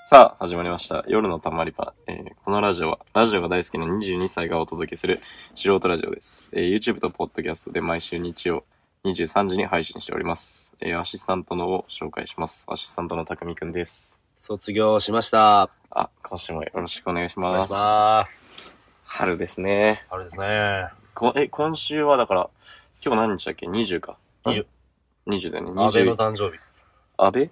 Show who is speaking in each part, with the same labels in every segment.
Speaker 1: さあ、始まりました。夜のたまり場。えーこのラジオは、ラジオが大好きな22歳がお届けする素人ラジオです。えー YouTube と Podcast で毎週日曜23時に配信しております。えーアシスタントのを紹介します。アシスタントのたくみくんです。
Speaker 2: 卒業しました。
Speaker 1: あ、今週もよろしくお願いし
Speaker 2: お願
Speaker 1: ま
Speaker 2: いし
Speaker 1: す。
Speaker 2: ます。
Speaker 1: 春ですね。
Speaker 2: あれですね。
Speaker 1: こえ、今週はだから、今日何日だっけ ?20 か。
Speaker 2: 20。
Speaker 1: 20だよね。
Speaker 2: 安倍の
Speaker 1: 20。
Speaker 2: 誕生日。
Speaker 1: 安倍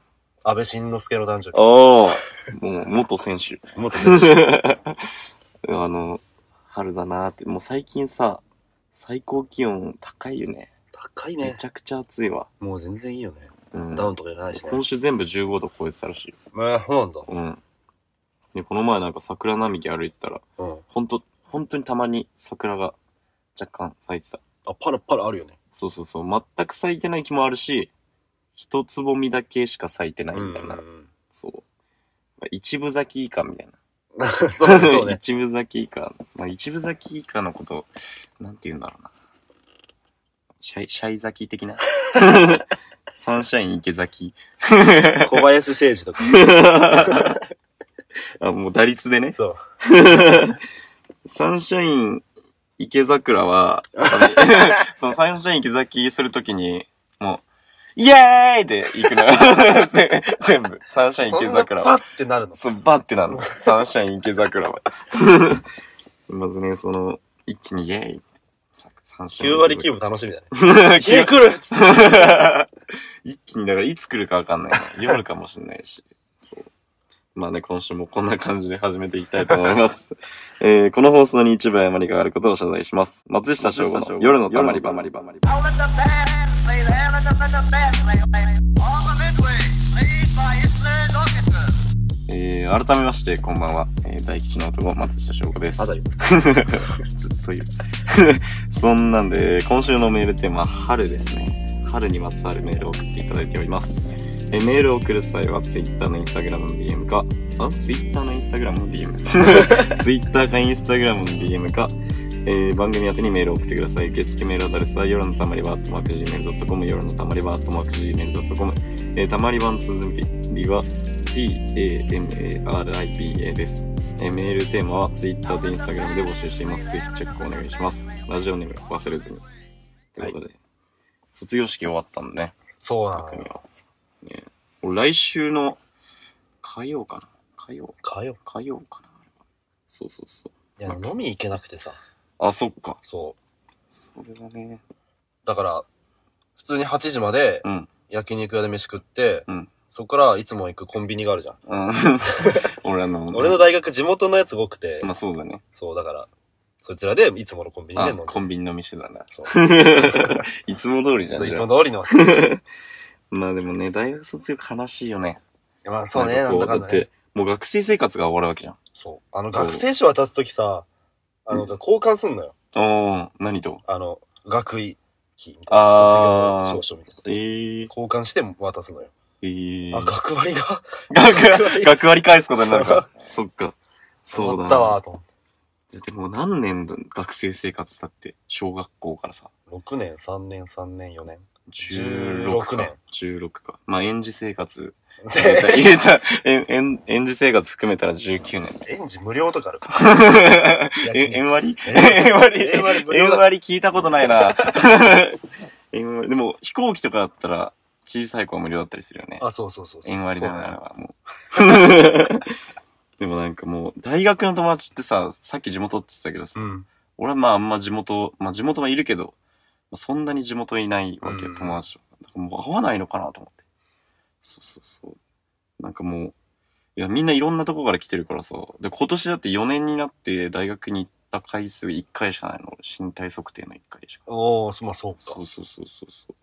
Speaker 2: 安倍晋之助の誕生日。
Speaker 1: おー。もう、元選手。
Speaker 2: もっとね
Speaker 1: あの、春だなーって、もう最近さ、最高気温高いよね。
Speaker 2: 高い
Speaker 1: め
Speaker 2: ね。
Speaker 1: ちゃくちゃ暑いわ。
Speaker 2: もう全然いいよね。
Speaker 1: うん。
Speaker 2: ダウンとかいらないしね。
Speaker 1: 今週全部15度超えてたらしいよ。
Speaker 2: まあ、そうなんだ。
Speaker 1: うん。で、この前なんか桜並木歩いてたら、
Speaker 2: うん。
Speaker 1: ほんと、本当にたまに桜が若干咲いてた。
Speaker 2: あ、パラパラあるよね。
Speaker 1: そうそうそう。全く咲いてない木もあるし、一つぼみだけしか咲いてないみたいな。
Speaker 2: うん
Speaker 1: そう。一分咲き以下みたいな。
Speaker 2: そうねそうね。
Speaker 1: 一分咲き以下。まあ、一分咲き以下のこと、なんて言うんだろうな。シャイ、シャイ咲き的 なサンシャイン池咲き。
Speaker 2: 小林誠司とか。
Speaker 1: あ、もう打率でね。
Speaker 2: そう。
Speaker 1: サンシャイン池桜は、 あのそのサンシャイン池崎するときに、もう、イエーイで行くのよ ぜ全部。サンシャイン
Speaker 2: そ
Speaker 1: 池
Speaker 2: んな
Speaker 1: 桜は
Speaker 2: パ。ってなるの。
Speaker 1: そう、バッてなの。サンシャイン池桜 は。まずね、その、一気にイエーイ。ササンシャイン
Speaker 2: 9割キューブ楽しみだね。
Speaker 1: 9
Speaker 2: 9来る
Speaker 1: 一気に、だからいつ来るかわかんないな。夜かもしれないし。そう。まあね、今週もこんな感じで始めていきたいと思い ます。えー、この放送に一部誤りがあることを謝罪します。松下翔吾の夜のたまり場。
Speaker 3: All in the band, play the hell in the, in the band, play, play. All the midway, played by Island Orchestra.
Speaker 1: えー、改めまして、こんばんは。えー、大吉の男、松下翔吾です。
Speaker 2: まだ言う
Speaker 1: ずっと言う。 そんなんで、今週のメールテーマは春ですね。春にまつわるメールを送っていただいております。えメールを送る際は Twitter の Instagram の DM か、あ ?Twitter の Instagram の DM。Twitter か Instagram の DM か、えー番組宛てにメールを送ってください。受付メールアドレスは、夜のたまりば、とまく gmail.com、夜のたまりば、とまく gmail.com、えーたまりばの続きは、tamariba です。えーメールテーマは Twitter と Instagram で募集しています。ぜひチェックお願いします。ラジオネーム忘れずに。ということで、卒業式終わったんでね、
Speaker 2: そうなの
Speaker 1: 匠
Speaker 2: よ。
Speaker 1: は。ね俺来週の火曜かな火曜
Speaker 2: かよ。
Speaker 1: 火曜かなあれはそうそうそう。
Speaker 2: いや、飲み行けなくてさ。
Speaker 1: あ、そっか。
Speaker 2: そう。
Speaker 1: それだね。
Speaker 2: だから、普通に8時まで
Speaker 1: うん。
Speaker 2: 焼肉屋で飯食って、
Speaker 1: うん。
Speaker 2: そっからいつも行くコンビニがあるじゃん。
Speaker 1: うん 俺あの、
Speaker 2: 俺の大学地元のやつが多くて、
Speaker 1: まあそうだね。
Speaker 2: そうだから、そいつらでいつものコンビニで
Speaker 1: あ、
Speaker 2: 飲んで。
Speaker 1: コンビニの店だな。
Speaker 2: そう。
Speaker 1: いつも通りじゃん。
Speaker 2: い
Speaker 1: じ
Speaker 2: つ
Speaker 1: ゃあ
Speaker 2: も通りの。
Speaker 1: まあでもね、大学卒業悲しいよね。
Speaker 2: まあそうね、
Speaker 1: な
Speaker 2: なんん
Speaker 1: か
Speaker 2: だ
Speaker 1: こ
Speaker 2: か
Speaker 1: う、
Speaker 2: ん
Speaker 1: だっ
Speaker 2: だね
Speaker 1: て。、もう学生生活が終わるわけじゃん。
Speaker 2: そう。あの、
Speaker 1: そう
Speaker 2: 学生証渡すときさ、あ
Speaker 1: う
Speaker 2: の、交換すんのよ。
Speaker 1: ああ、何と
Speaker 2: あの、学位機みたいな。
Speaker 1: あー
Speaker 2: 卒業証書みたいな。
Speaker 1: ええ
Speaker 2: 交換して渡すのよ。
Speaker 1: ええ
Speaker 2: あ、学割が、
Speaker 1: 学、学割返すことになるから。そっか。そうだ
Speaker 2: な
Speaker 1: な。
Speaker 2: ったわ、と思って。
Speaker 1: ででも何年だ学生生活だって、小学校からさ、
Speaker 2: 6年、3年、3年、4年。
Speaker 1: 16か
Speaker 2: 16年。
Speaker 1: 16か。まあ、園児生活。入れた、
Speaker 2: で
Speaker 1: 入れた、園園園児生活含めたら19年。
Speaker 2: 園児無料とかあるか
Speaker 1: え、園割
Speaker 2: 園
Speaker 1: 園割
Speaker 2: 園割無料だ
Speaker 1: 園割聞いたことない な。園割でも、飛行機とかだったら、小さい子は無料だったりするよね
Speaker 2: ら。。あ、そうそうそうそう。
Speaker 1: 縁割だな、あ
Speaker 2: そう
Speaker 1: れ
Speaker 2: ね
Speaker 1: はも う。でもなんかもう、大学の友達ってさ、さっき地元って言ってたけどさ、
Speaker 2: うん。
Speaker 1: 俺はまああんま地元、まあ地元もいるけど、まあそんなに地元いないわけよ、
Speaker 2: うん
Speaker 1: 友達と。だからもう会わないのかなと思って。そうそうそう。なんかもう、いやみんないろんなとこから来てるからさ、で、今年だって4年になって大学に行った回数1回しかないの。身体測定の1回しか。
Speaker 2: おー、そまあそうか
Speaker 1: そ。うそうそうそうそう。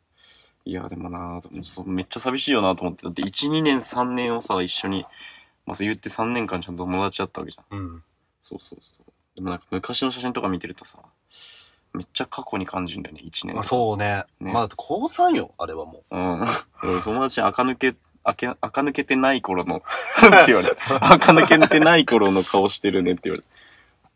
Speaker 1: いや、でもなぁ、そうめっちゃ寂しいよなと思って。だって1、2年、3年をさ、一緒に、まあ、そう言って3年間ちゃんと友達だったわけじゃん。
Speaker 2: うん。
Speaker 1: そうそうそう。でもなんか昔の写真とか見てるとさ、めっちゃ過去に感じるんだよね、1年。
Speaker 2: まあそうね。
Speaker 1: ね
Speaker 2: まあだって高3よ、あれはも
Speaker 1: う。うん。 俺友達に垢抜け、あけ、垢抜けてない頃 の、って言われて、垢抜けてない頃の顔してるねって言われて。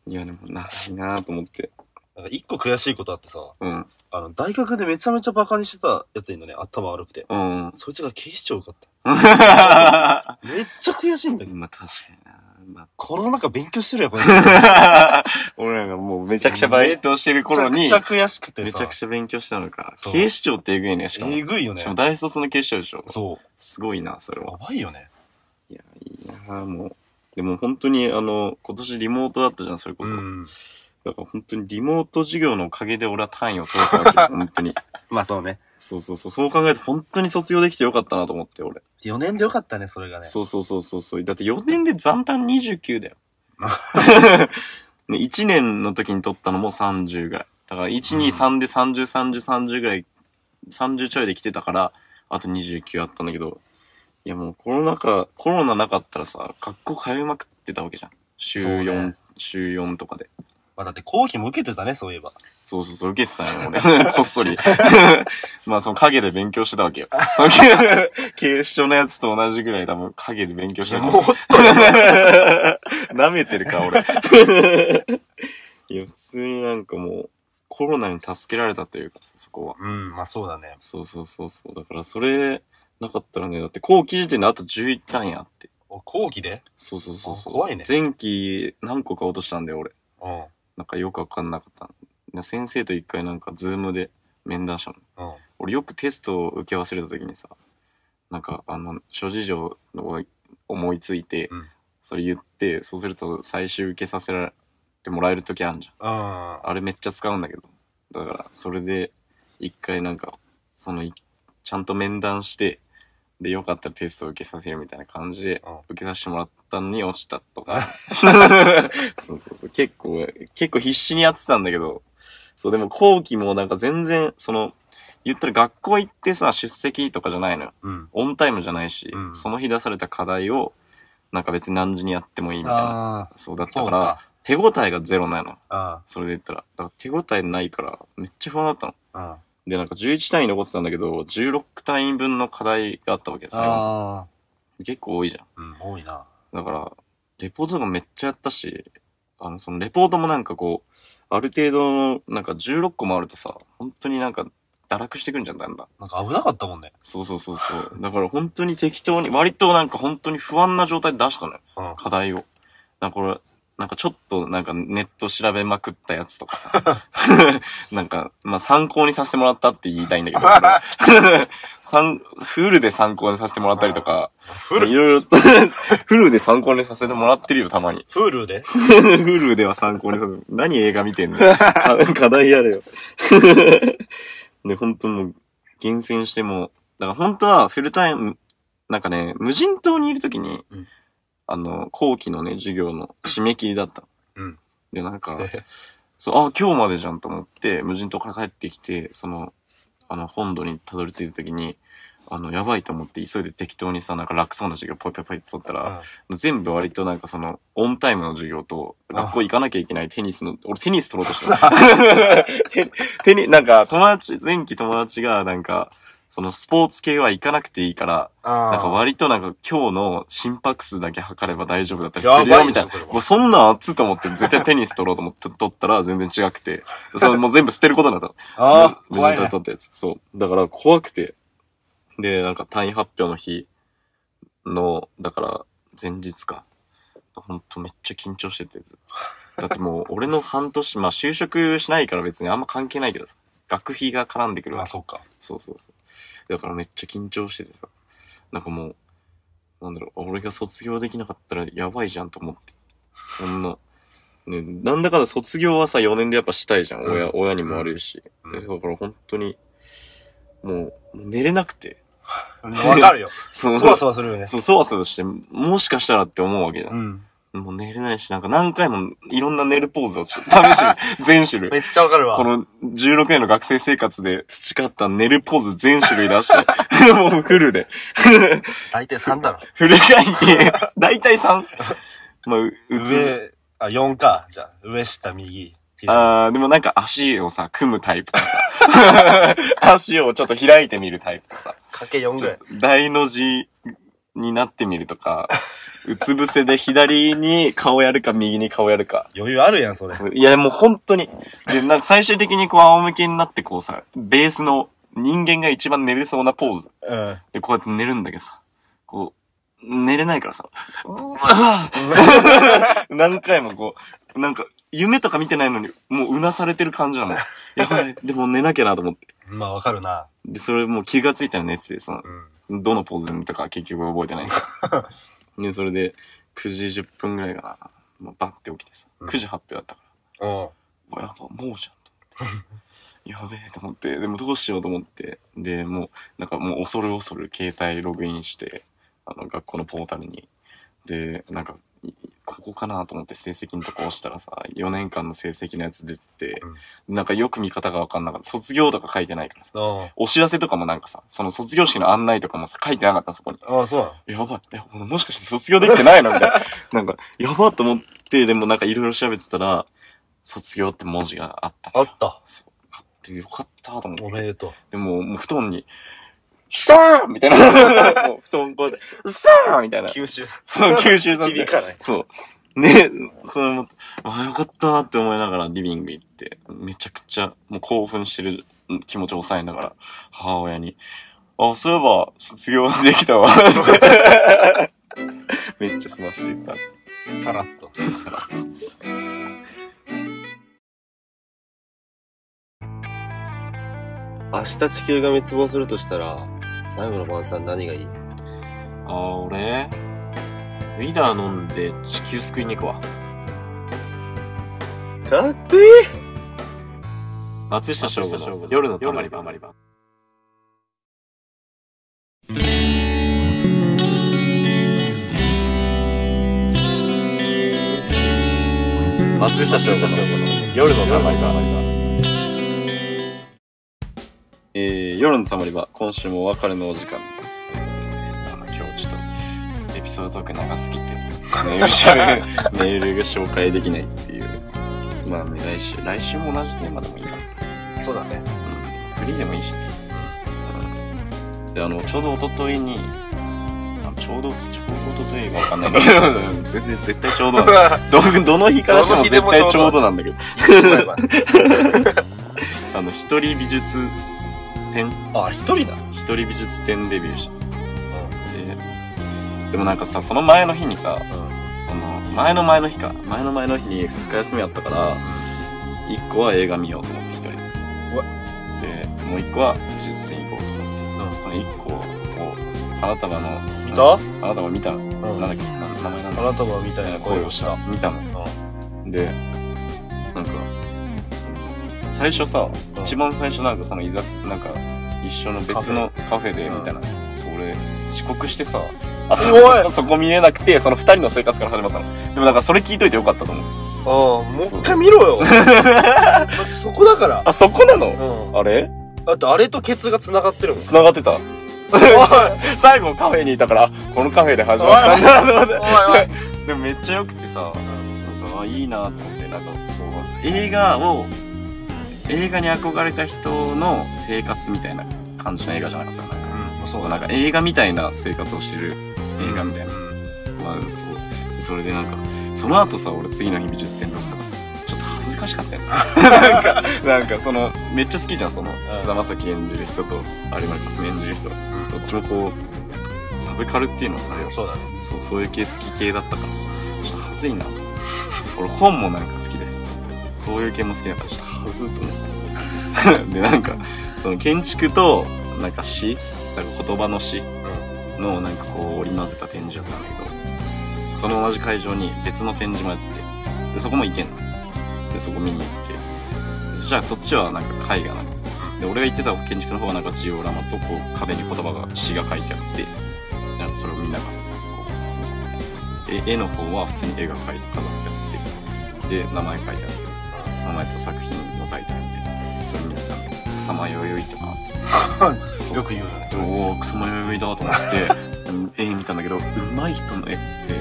Speaker 1: いや、でもないなぁと思って。
Speaker 2: なんか一個悔しいことあってさ、
Speaker 1: うん。
Speaker 2: あの、大学でめちゃめちゃバカにしてたやついるのね、頭悪くて。
Speaker 1: うん。
Speaker 2: そいつが警視庁受かった。
Speaker 1: まあ
Speaker 2: めっちゃ悔しいんだけど。
Speaker 1: 確かにな。ま
Speaker 2: コロナ禍勉強してるやん、これ。
Speaker 1: あ、 俺らがもうめちゃくちゃバイトしてる頃に
Speaker 2: めち、ゃくちゃ悔しくてさ。
Speaker 1: めちゃくちゃ勉強したのか。
Speaker 2: そう
Speaker 1: 警視庁ってえぐいね、しかも。
Speaker 2: えぐいよね
Speaker 1: しか。も大卒の警視庁でしょ。
Speaker 2: そ
Speaker 1: すごいな、それ
Speaker 2: う。
Speaker 1: は
Speaker 2: や。ばいよね。
Speaker 1: いや、いいなもう。でも本当に、あの、今年リモートだったじゃん、それこそ。
Speaker 2: ん。
Speaker 1: だから本当にリモート授業のおかげで俺は単位を取れたわけよ、 本当に。
Speaker 2: まあそうね。
Speaker 1: そうそうそう、そう考えると本当に卒業できてよかったなと思って、俺。
Speaker 2: 4年でよかったね、それがね。
Speaker 1: そうそうそうそうそう。だって4年で残単29だよ。 ね、1年の時に取ったのも30ぐらい。だから1、
Speaker 2: うん
Speaker 1: 2、3で30、30、30ぐらい、30ちょいで来てたから、あと29あったんだけど、いやもうコロナ禍、コロナなかったらさ、学校通いまくってたわけじゃん。週
Speaker 2: そうね
Speaker 1: 4、週4とかで。
Speaker 2: まあだって後期も受けてたね、そういえば。
Speaker 1: そうそうそう、受けてたよ、俺。 こっそり。まあ、その影で勉強してたわけよ。そ の、警視庁のやつと同じぐらい多分影で勉強してたから。 舐めてるか、 俺。いや、普通になんかもう、コロナに助けられたというかさ、そこは。
Speaker 2: うん、まあそうだね。
Speaker 1: そうそうそうそう。だから、それ、なかったらね、だって、後期時点であと11単位あって。
Speaker 2: お後期で
Speaker 1: そうそうそうそう。
Speaker 2: あ怖いね
Speaker 1: 前期、何個か落としたんだよ、俺。
Speaker 2: うん。
Speaker 1: なんかよくわかんなかったの。先生と一回なんか、ズームで面談したの。
Speaker 2: うん。
Speaker 1: 俺よくテストを受け忘れた時にさなんかあの諸事情を思いついて、
Speaker 2: うん
Speaker 1: それ言ってそうすると最終受けさせられてもらえる時あんじ
Speaker 2: うん
Speaker 1: ゃん。あれめっちゃ使うんだけどだからそれで一回なんかそのいちゃんと面談してでよかったらテストを受けさせるみたいな感じで
Speaker 2: うん
Speaker 1: 受けさせてもらったのに落ちたと か そうそうそう結構結構必死にやってたんだけどそうでも後期もなんか全然その言ったら学校行ってさ出席とかじゃないのよ
Speaker 2: うん。
Speaker 1: オンタイムじゃないし、
Speaker 2: うん
Speaker 1: その日出された課題をなんか別に何時にやってもいいみたいな
Speaker 2: あ
Speaker 1: そうだっ
Speaker 2: あ。
Speaker 1: た
Speaker 2: そう
Speaker 1: から
Speaker 2: か。
Speaker 1: 手応えがゼロなの
Speaker 2: あ
Speaker 1: それで言ったらだから手応えないからめっちゃ不安だったの
Speaker 2: あ。うん。あ
Speaker 1: でなんか11単位残ってたんだけど16単位分の課題があったわけですよ
Speaker 2: あ。
Speaker 1: 結構多いじゃん
Speaker 2: うん、多いな。
Speaker 1: だから、レポートとかめっちゃやったし、あの、そのレポートもなんかこう、ある程度の、なんか16個もあるとさ、本当になんか堕落してくんじゃん、だんだん。
Speaker 2: なんか危なかったもんね。
Speaker 1: そうそうそうそう。だから本当に適当に、割となんか本当に不安な状態で出したのよ、
Speaker 2: うん。
Speaker 1: 課題を。なんかこれ、なんかちょっとなんかネット調べまくったやつとかさ、 なんか、まあ、参考にさせてもらったって言いたいんだけど、 参フルで参考にさせてもらったりとか、
Speaker 2: フ
Speaker 1: い
Speaker 2: ル、
Speaker 1: ろいろと、フルで参考にさせてもらってるよ、たまに。
Speaker 2: フル で
Speaker 1: フルでは参考にさせて、何映画見て んのか課題やれ よ。で、本当もう、厳選しても、だから本当はフルタイム、なんかね、無人島にいるときに、
Speaker 2: うん
Speaker 1: あの、後期のね、授業の締め切りだったの。
Speaker 2: うん
Speaker 1: で、なんか、
Speaker 2: え
Speaker 1: そう、あ、今日までじゃんと思って、無人島から帰ってきて、その、あの、本土にたどり着いた時に、あの、やばいと思って急いで適当にさ、なんか楽そうな授業ポイポイポイって取ったら、全部割となんかその、オンタイムの授業と、学校行かなきゃいけないテニスの、俺テニス取ろうとした の。テテニ、なんか友達、前期友達がなんか、そのスポーツ系は行かなくていいから、
Speaker 2: あ
Speaker 1: なんか割となんか今日の心拍数だけ測れば大丈夫だったりする
Speaker 2: やば
Speaker 1: よ
Speaker 2: い
Speaker 1: みたい
Speaker 2: で
Speaker 1: な
Speaker 2: すよこれ。は
Speaker 1: もうそんなん熱っと思って絶対テニス取ろうと思って取ったら全然違くて。それもう全部捨てることになったの。
Speaker 2: ああ、
Speaker 1: 無
Speaker 2: 怖い
Speaker 1: 人島
Speaker 2: ね
Speaker 1: で。取ったやつ。そう。だから怖くて。で、なんか単位発表の日の、だから前日か。ほんとめっちゃ緊張してて。ずっとだってもう俺の半年、まあ就職しないから別にあんま関係ないけどさ。学費が絡んでくるわ
Speaker 2: あ、
Speaker 1: け。
Speaker 2: そっか。
Speaker 1: そうそうそう。だからめっちゃ緊張しててさ。なんかもう、なんだろう、俺が卒業できなかったらやばいじゃんと思って。そんな。ね、なんだかんだ卒業はさ、4年でやっぱしたいじゃん。
Speaker 2: うん
Speaker 1: 親、親にも悪いし。
Speaker 2: う
Speaker 1: で
Speaker 2: ん
Speaker 1: だから本当に、もう、寝れなくて。
Speaker 2: わか るよ。
Speaker 1: そ
Speaker 2: そ
Speaker 1: の
Speaker 2: わそわするよね。
Speaker 1: そう、そわそわして、もしかしたらって思うわけじゃ。
Speaker 2: うんん。
Speaker 1: もう寝れないし、なんか何回もいろんな寝るポーズをちょっと試して る。全種類。
Speaker 2: めっちゃわかるわ。
Speaker 1: この16年の学生生活で培った寝るポーズ全種類出して、 もうフルで。
Speaker 2: 大体3だろ。
Speaker 1: フル回避、大体3。まあ、ううつ。
Speaker 2: 上、あ、4か。じゃあ、上下右。左
Speaker 1: あーでもなんか足をさ、組むタイプと さ、足をちょっと開いてみるタイプとさ、
Speaker 2: かけ4
Speaker 1: ち
Speaker 2: ぐ
Speaker 1: ょ
Speaker 2: ら
Speaker 1: っ
Speaker 2: い
Speaker 1: と。大の字になってみるとか、うつ伏せで左に顔やるか右に顔やるか。
Speaker 2: 余裕あるやん、それ。
Speaker 1: そういや、もう本当に。で、なんか最終的にこう仰向けになってこうさ、ベースの人間が一番寝れそうなポーズ
Speaker 2: うん。
Speaker 1: でこうやって寝るんだけどさ、こう、寝れないからさ、うわぁ何回もこう、なんか夢とか見てないのに、もううなされてる感じなの。やばい、でも寝なきゃなと思って。
Speaker 2: まあ、わかるな。
Speaker 1: で、それもう気がついたら寝てて、その、
Speaker 2: うん。
Speaker 1: どのポーズで寝たか結局覚えてない。 で、それで、9時10分ぐらいかな。もうバッて起きてさ、
Speaker 2: うん
Speaker 1: 9時発表だったか
Speaker 2: うん。
Speaker 1: ら、うやば、もうじゃんと思って。やべ えと思って、でもどうしようと思って、で、もう、なんかもう恐る恐る携帯ログインして、あの、学校のポータルに。で、なんか、いここかなと思って成績のとこ押したらさ、4年間の成績のやつ出てて、なんかよく見方がわかんなかった。卒業とか書いてないからさ。
Speaker 2: うん。
Speaker 1: お知らせとかもなんかさ、その卒業式の案内とかもさ、書いてなかったのそこに。
Speaker 2: ああ、そうな
Speaker 1: やばい。え、俺もしかして卒業できてないのみたいな。なんか、やばっと思って、でもなんかいろいろ調べてたら、卒業って文字があった。
Speaker 2: のあった。
Speaker 1: そう。あってよかったと思
Speaker 2: お
Speaker 1: って。
Speaker 2: めでとう。
Speaker 1: でも、もう布団に、シャーみたいな。もう布団こうやって、シャーみたいな。
Speaker 2: 九州。
Speaker 1: そう、吸収させ
Speaker 2: 響
Speaker 1: て。
Speaker 2: かない。
Speaker 1: そう。ね、それも、あ、よかったって思いながらリビング行って、めちゃくちゃ、もう興奮してるうん気持ちを抑えながら、母親に、あ、そういえば、卒業できたわ。 めっちゃすましいった。
Speaker 2: さらっと。
Speaker 1: さらっと
Speaker 2: 明日地球が滅亡するとしたら、最後の晩餐何がいい
Speaker 1: あ、俺、ウィダー飲んで地球救いに行くわ。
Speaker 2: かっこいい
Speaker 1: 松下翔吾の夜のたまり場。松下翔吾の夜のたまり場。えー、夜のたまり場、今週もお別れのお時間です。ということでねあの、今日ちょっと、エピソードトーク長すぎて、 メールしゃべるメールが紹介できないっていう。まあね、来週、来週も同じテーマでもいいかな。
Speaker 2: そうだ ね。
Speaker 1: フリーでもいいしね。うんで、あの、ちょうど一昨日に、あちょうど、ちょうど一昨日がわかんないけど、 全然、絶対ちょうどなんだ ど、どの日からしても絶対ちょうどなんだけど、あの、一人美術展、
Speaker 2: あ、一人だ。
Speaker 1: 一人美術展デビューした。で、でもなんかさ、その前の日にさ、その、前の前の日か、前の前の日に2日休みあったから、一個は映画見ようと思って一人で
Speaker 2: うわ
Speaker 1: でもう一個は美術展行こうと思って、その一個を花束の
Speaker 2: 見たあ
Speaker 1: 花束見た、なんだっけな名前なんだ
Speaker 2: なたはみたいな声をした。うん。
Speaker 1: 見たのでなんかその最初さ一番最初なんかそのいざなんか一緒の別のカフェで
Speaker 2: うん
Speaker 1: みたいな、それ遅刻してさあそ
Speaker 2: おい
Speaker 1: こ そこそこ見れなくてその二人の生活から始まったのでもだからそれ聞いといてよかったと思う
Speaker 2: ああ、もう一回見ろよ。マジそこだから。
Speaker 1: あそこなの
Speaker 2: うん。
Speaker 1: あれ
Speaker 2: だってあれとケツが繋がってるもん。
Speaker 1: 繋がってた
Speaker 2: おいおい
Speaker 1: 最後カフェにいたからあこのカフェで始まったんだと思って
Speaker 2: おい。
Speaker 1: でもめっちゃ良くてさ、なんかあいいなと思ってなんかこう映画を映画に憧れた人の生活みたいな感じの映画じゃなかったなんか
Speaker 2: うん、そうだ
Speaker 1: なんか映画みたいな生活をしてる映画みたいな、
Speaker 2: うん
Speaker 1: まあ、そうそれでなんかその後さ俺次の日美術展とかだからさちょっと恥ずかしかった よねなんかなんかそのめっちゃ好きじゃんその菅田将暉演じる人と有村架純演じる人どっちもこうサブカルっていうのかなあれは
Speaker 2: そうだね。
Speaker 1: そう、そういう系好き系だったから、ちょっとはずいな。俺本もなんか好きです。そういう系も好きだから、ちょっとはずいと思って。で、 なんか、その建築と、なんか詩、なんか言葉の詩の、なんかこう、織り交ぜた展示だったんだけど、その同じ会場に別の展示もやってて、で、そこも行けんの。で、そこ見に行って。でそしたらそっちはなんか絵画なの。で、俺が行ってた建築の方はなんかジオラマと、こう、壁に言葉が、詩が書いてあって、なんかそれを見ながら、え絵の方は普通に絵が描いただけあってで名前書いてある名前と作品のタイトルみたいなそれ見に来たんだけど草間弥生と かあってそう
Speaker 2: よく言うよね。
Speaker 1: でもおー草間弥生だと思 ってうん絵見たんだけど上手い人の絵って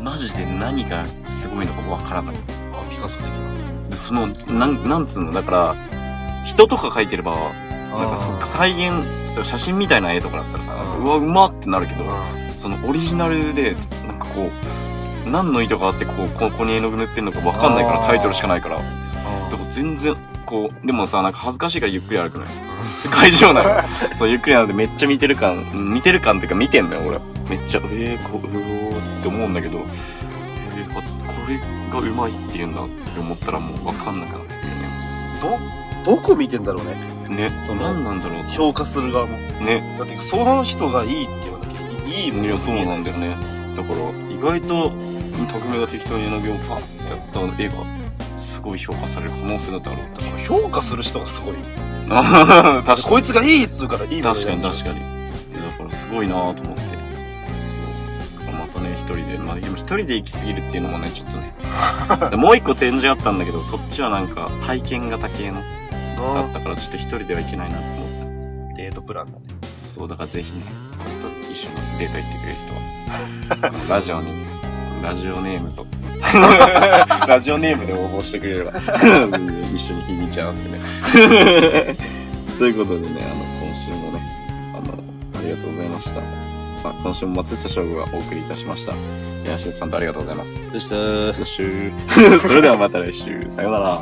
Speaker 1: マジで何がすごいのかわからない
Speaker 2: あ、ピカソ的な。
Speaker 1: でそのなんなんつうのだから人とか描いてれば
Speaker 2: ああー
Speaker 1: なんかそ再現とか写真みたいな絵とかだったらさなんか
Speaker 2: うん
Speaker 1: うわうまってなるけど
Speaker 2: う
Speaker 1: そのオリジナルでなんかこう何の意図があってこうここに絵の具塗ってるのかわかんないから
Speaker 2: あー
Speaker 1: タイトルしかないからでも全然こうでもさなんか恥ずかしいからゆっくり歩くのよで会場内 そうゆっくりなのでめっちゃ見てる感うん見てる感っていうか見てんのよ俺めっちゃえー、こううおーって思うんだけど、えー、ここれがうまいっていうんだって思ったらもう分かんなくなってくる
Speaker 2: ど、どこ見てんだろうね。
Speaker 1: ねね
Speaker 2: その
Speaker 1: 何なんだろう
Speaker 2: 評価する側も。
Speaker 1: ね
Speaker 2: だって、その人がいいって言わなきゃいい。いいもん
Speaker 1: いやそうなんだよねだから意外と匠が適当に絵の具をファンってやった絵がすごい評価される可能性だってある
Speaker 2: だから評価する人がすごい。
Speaker 1: 確かに
Speaker 2: こいつがいいっつうからいいもの
Speaker 1: 確かに確
Speaker 2: か
Speaker 1: かにでだからすごいなと思ってそうだからまたね一人でまあでも一人で行き過ぎるっていうのもねちょっとねでもう一個展示あったんだけどそっちはなんか体験型系の
Speaker 2: に。
Speaker 1: だったからちょっと一人では行けないなと思っ
Speaker 2: デートプランだね。
Speaker 1: てそうだからぜひね俺と一緒にデート行ってくれる人はこのラジオにラジオネームと ラジオネームで応募してくれれば 一緒に日にち合わせてね ということでねあの今週もねあのありがとうございました、まあ、今週も松下翔吾がお送りいたしました柳下さんとありがとうございます
Speaker 2: どうした
Speaker 1: そしてそれではまた来週さようなら